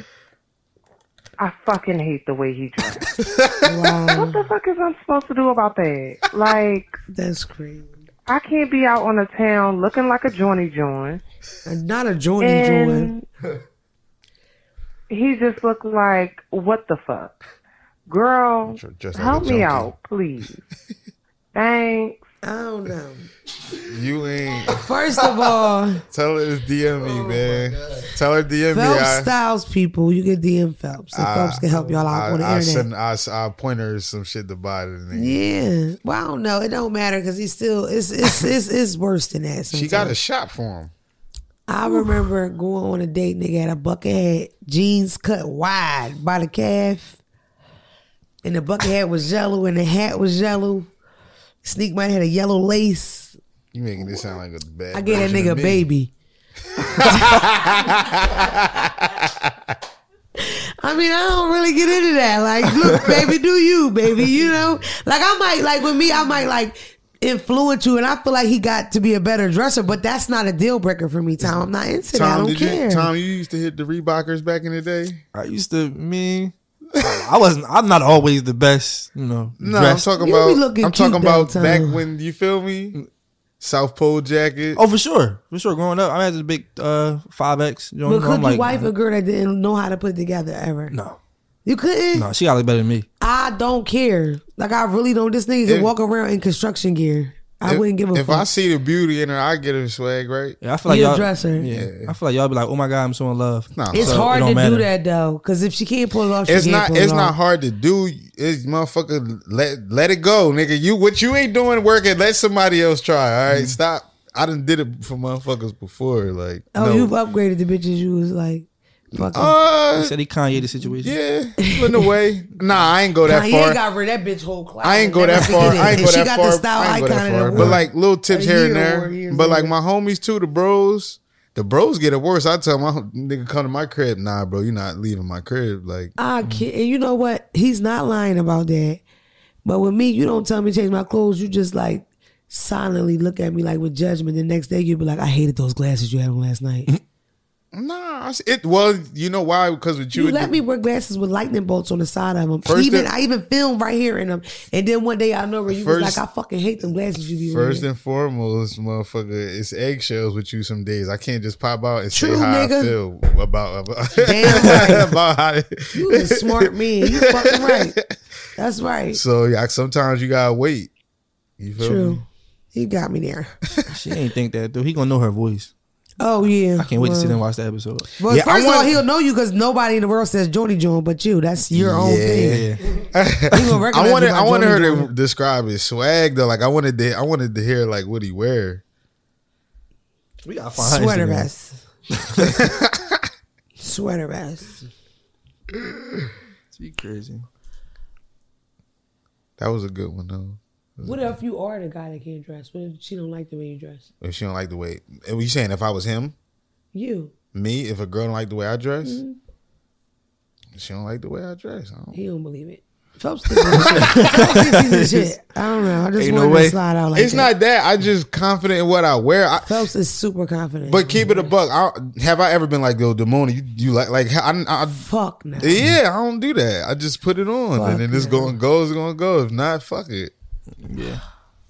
S4: I fucking hate the way he dresses. what the fuck is I'm supposed to do about that? Like,
S1: That's crazy.
S4: I can't be out on the town looking like a Johnny John.
S1: And Uh, not a Jordan Jordan.
S4: And he just looked like, what the fuck? Girl,
S3: Dr- dressed like a
S4: help me
S3: junkie.
S4: out, please. Thanks.
S1: I don't know.
S3: You ain't
S1: First of all,
S3: tell her it's DM
S4: Oh,
S3: me, man. Tell her DM me.
S1: Phelps
S3: I,
S1: Styles people, you can DM Phelps, and Phelps can help y'all out
S3: I,
S1: on the
S3: I
S1: internet.
S3: send I, I point her some shit to buy today.
S1: yeah, well, I don't know. It don't matter because he's still it's it's it's, it's worse than that. Sometimes.
S3: She got a shop for him.
S1: I remember going on a date, nigga had a bucket hat, jeans cut wide by the calf. And the bucket hat was yellow and the hat was yellow. Sneak might had a yellow lace.
S3: You making this sound like a bad.
S1: I gave that
S3: version
S1: nigga
S3: of
S1: a
S3: me.
S1: baby. I mean, I don't really get into that. Like, look, baby, do you, baby? You know, like I might, like with me, I might like influence you, and I feel like he got to be a better dresser, but that's not a deal breaker for me, Tom. I'm not into that. I
S3: Tom,
S1: don't
S3: did
S1: care.
S3: you? Tom, you used to hit the Reebokers back in the day.
S2: I used to mean I wasn't I'm not always the best, you know.
S3: No,
S2: dressed.
S3: I'm talking
S1: You
S3: about.
S1: be looking
S3: I'm
S1: cute
S3: talking about
S1: though,
S3: back
S1: Tom.
S3: when you feel me. South Pole jacket.
S2: Oh, for sure, for sure. Growing up, I had this big uh five X. You know,
S1: But
S2: I'm
S1: could you
S2: like,
S1: wife a girl that didn't know how to put it together ever?
S2: No,
S1: You couldn't?
S2: no, she got to look better than me.
S1: I don't care. Like I really don't this nigga
S3: If-
S1: can walk around in construction gear. I
S3: If-
S1: wouldn't give a
S3: If I
S1: fuck.
S3: see the beauty in her, I get her swag right.
S2: Yeah, I feel like
S1: You a
S2: y'all.
S1: dresser.
S2: Yeah, I feel like y'all be like, oh my god, I'm so in love.
S3: Nah.
S1: it's
S2: So, it
S1: hard
S2: don't
S1: to
S2: matter.
S1: do that though, because if she can't pull it off, she
S3: It's
S1: can't
S3: not.
S1: pull it
S3: It's not
S1: off.
S3: hard to do. It's motherfucker. Let let it go, nigga. You what you ain't doing working. Let somebody else try. All
S1: Mm.
S3: right? stop. I done did it for motherfuckers before. Like
S1: Oh,
S3: no.
S1: you've upgraded the bitches. You was like, fucking.
S2: He
S3: uh,
S2: said he Kanye the situation.
S3: yeah, in a way. Nah, I ain't go that
S1: Kanye
S3: far.
S1: got rid of that bitch whole class.
S3: I ain't go
S1: Never
S3: that far.
S1: forget it.
S3: I ain't
S1: And
S3: go
S1: she
S3: that
S1: got
S3: far.
S1: the style
S3: I ain't go
S1: icon
S3: that
S1: of the
S3: far.
S1: world.
S3: But like little tips
S1: A
S3: here and
S1: year award,
S3: there.
S1: years
S3: But like
S1: award.
S3: my homies too, the bros. The bros get it worse. I tell my nigga come to my crib. Nah, bro, you not leaving my crib. Like
S1: I can't. And you know what? He's not lying about that. But with me, you don't tell me to change my clothes. You just like silently look at me like with judgment. The next day, you'll be like, I hated those glasses you had on last night.
S3: nah, I s- it. Well, you know why? Because with you,
S1: you
S3: it-
S1: let me wear glasses with lightning bolts on the side of them.
S3: First
S1: even
S3: and-
S1: I even filmed right here in them. And then one day I know where you was
S3: First-
S1: like, I fucking hate them glasses you be
S3: First
S1: wearing.
S3: and foremost, motherfucker, it's eggshells with you some days. I can't just pop out and
S1: True,
S3: say how
S1: nigga.
S3: I feel about about,
S1: Damn right.
S3: about how.
S1: you a smart man. You fucking right. That's right.
S3: So yeah, sometimes you gotta wait. You feel
S1: True.
S3: me?
S1: You got me there.
S2: She ain't think that though. He gonna know her voice.
S1: Oh yeah.
S2: I can't wait to sit and watch the episode.
S1: Well,
S3: Yeah, I
S1: first of all,
S3: wanna-
S1: he'll know you because nobody in the world says Johnny John but you. That's your own thing.
S2: Yeah,
S1: You gonna recognize
S3: I wanted
S1: you by
S3: I wanted
S1: Johnny
S3: her
S1: John.
S3: to describe his swag though. Like I wanted to I wanted to hear like what he wear.
S2: we gotta find her
S1: sweater
S2: Instagram.
S1: vest. sweater vest.
S2: She crazy.
S3: That was a good one though.
S1: What if you are the guy that can't dress? What if she don't like the way you dress?
S3: If she don't like the way, were you saying if I was him,
S1: You.
S3: me, if a girl don't like the way I dress,
S1: Mm-hmm.
S3: she don't like the way I dress. I don't.
S1: He don't believe it. Phelps thinks he's the shit. Phelps thinks he's the shit. I don't know. I just
S2: Ain't no
S1: wanted
S2: way.
S1: to slide out like
S3: It's
S1: that.
S3: not that. I just confident in what I wear. I,
S1: Phelps is super confident.
S3: But keep it a buck. I, have I ever been like, yo, Demona, you, you like, like, I, I,
S1: fuck no.
S3: yeah, I don't do that. I just put it on,
S1: Fuck
S3: and then it's
S1: yeah.
S3: going to go, it's going to go. If not, fuck it.
S2: Yeah,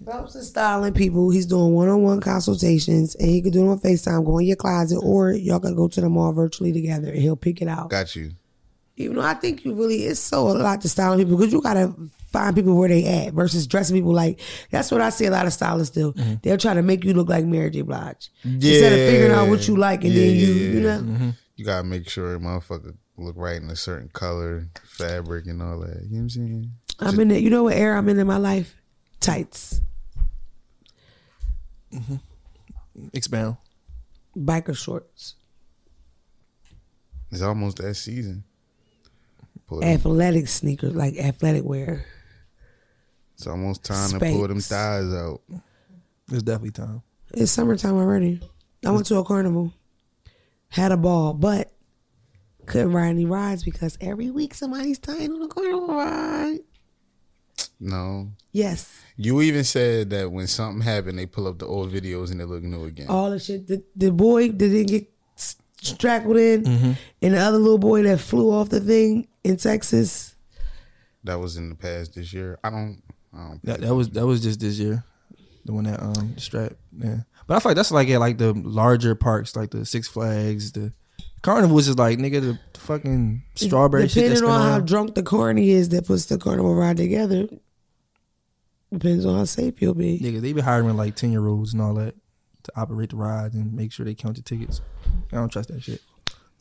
S1: Phelps is styling people. He's doing one on one consultations, and he can do it on Facetime. Go in your closet, or y'all can go to the mall virtually together, and he'll pick it out.
S3: Got you.
S1: Even though I think you really, it's so a lot to styling people because you gotta find people where they at versus dressing people like that's what I see a lot of stylists do.
S3: Mm-hmm.
S1: They'll try to make you look like Mary J. Blige instead of figuring out what you like and then
S3: Yeah,
S1: you,
S3: yeah,
S1: you know.
S3: yeah. You gotta make sure a motherfucker look right in a certain color, fabric, and all that. You know what I'm saying?
S1: I'm in it. You know what era I'm in in my life? Tights,
S2: Expound.
S1: biker shorts,
S3: It's almost that season. Pull them-
S1: athletic sneakers like athletic wear.
S3: it's almost time to pull them
S1: Spanx.
S3: thighs out.
S2: It's definitely time.
S1: It's summertime already. I went to a carnival, had a ball, but couldn't ride any rides because every week somebody's dying on a carnival ride.
S3: No.
S1: Yes,
S3: You even said that when something happened, they pull up the old videos and they look new again.
S1: all the shit. The, the boy that didn't get s- strangled in, and the other little boy that flew off the thing in Texas.
S3: That was in the past this year. I don't. I don't.
S2: That, that was that was just this year, the one that um strap. Yeah, but I feel like that's like at like the larger parks, like the Six Flags, the carnivals is like nigga the, fucking strawberry shit that's
S1: Depending
S2: been
S1: on how
S2: around.
S1: drunk the carny is that puts the carnival ride together, depends on how safe you'll be.
S2: Nigga, they be hiring like ten year olds and all that to operate the rides and make sure they count your tickets. I don't trust that shit.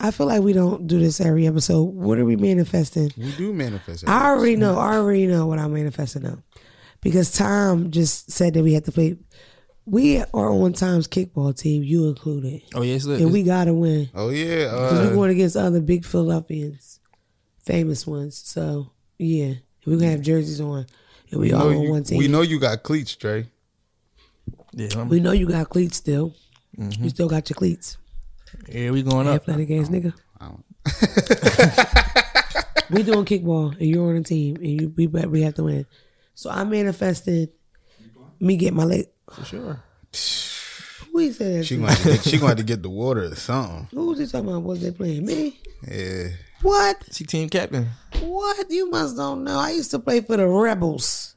S1: I feel like we don't do this every episode. What are we manifesting?
S3: we do manifest. it.
S1: I already know. I already know what I'm manifesting now, because Tom just said that we had to play. We are on Tom's kickball team, you included,
S2: Oh yeah, it's, lit.
S1: and we gotta win
S3: oh yeah.
S1: because we're
S3: Uh,
S1: going against other big Philadelphians, famous ones. So yeah, we're gonna have jerseys on, and we
S3: we,
S1: all
S3: know
S1: on
S3: oh, you,
S1: one team.
S3: we know you got cleats, Dre.
S2: yeah, I'm-
S1: We know you got cleats still. You still got your cleats.
S2: yeah, we going up.
S1: Athletic ass nigga.
S3: I don't.
S1: we doing kickball and you're on a team and you we bet we have to win. So I manifested me get my leg.
S2: For sure.
S1: Who he said that?
S3: She
S1: to?
S3: gonna have to get, she gonna have to get the water or something.
S1: Who was he talking about? Was they playing me?
S3: Yeah.
S1: What?
S2: She team captain.
S1: What? You must don't know. I used to play for the Rebels.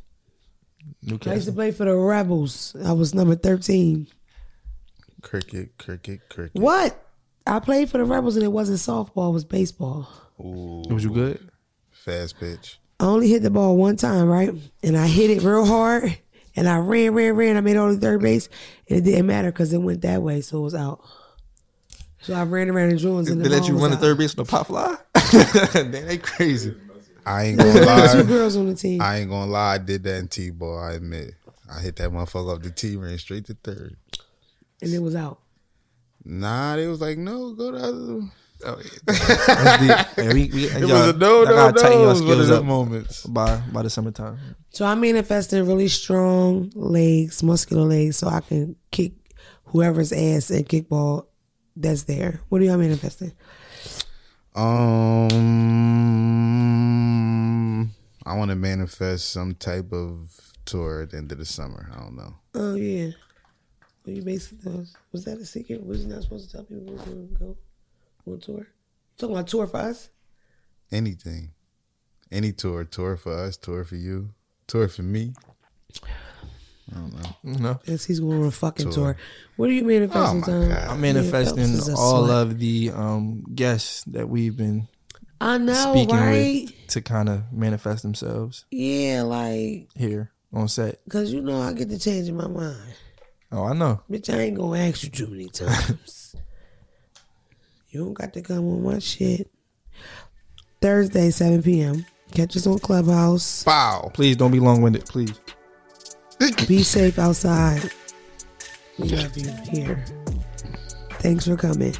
S1: I used to
S2: Newcastle.
S1: play for the Rebels. I was number thirteen.
S3: Cricket, cricket, cricket.
S1: What? I played for the Rebels and it wasn't softball. It was baseball.
S3: Ooh,
S2: Was you good?
S3: fast pitch.
S1: I only hit the ball one time, right? And I hit it real hard. And I ran, ran, ran. I made it on the third base. And it didn't matter because it went that way, so it was out. So I ran around the Jones and
S2: They
S1: the
S2: let you
S1: ball
S2: run
S1: was
S2: the
S1: out.
S2: third base with a pop fly. Damn, they crazy.
S3: I ain't gonna
S1: Two
S3: lie.
S1: girls on the team.
S3: I ain't gonna lie. I did that in T-ball. I admit. I hit that motherfucker off the T, ran straight to third.
S1: and it was out.
S3: Nah, they was like, no, go to other.
S2: Oh, yeah. That's deep. Yeah, we, we,
S3: It was a no, no, no. It was one of them moments.
S2: by by the summertime.
S1: So I manifested really strong legs, muscular legs, so I can kick whoever's ass in kickball that's there. What are y'all manifesting?
S3: Um, I want to manifest some type of tour at the end of the summer. I don't know.
S1: Oh, yeah. What you basically was, was that a secret? Was you not supposed to tell people we were going to go on tour? Talking about tour for us?
S3: Anything, any tour, tour for us, tour for you, tour for me.
S2: No,
S1: Yes, he's going on a fucking
S3: Tour.
S1: tour. What are you manifesting,
S3: Oh, my
S1: Tom?
S3: God.
S2: I'm
S1: Yeah,
S2: manifesting
S1: Phelps is a
S2: all
S1: slut.
S2: of the um, guests that we've been
S1: I know,
S2: speaking
S1: right?
S2: with to kind of manifest themselves
S1: Yeah, like,
S2: here on set.
S1: because you know I get to changing my mind.
S2: Oh, I know.
S1: Bitch, I ain't going to ask you too many times. you don't got to come on my shit. Thursday, 7 p.m. Catch us on Clubhouse.
S3: Wow.
S2: Please don't be long winded. Please.
S1: Be safe outside. We love you here. Thanks for coming.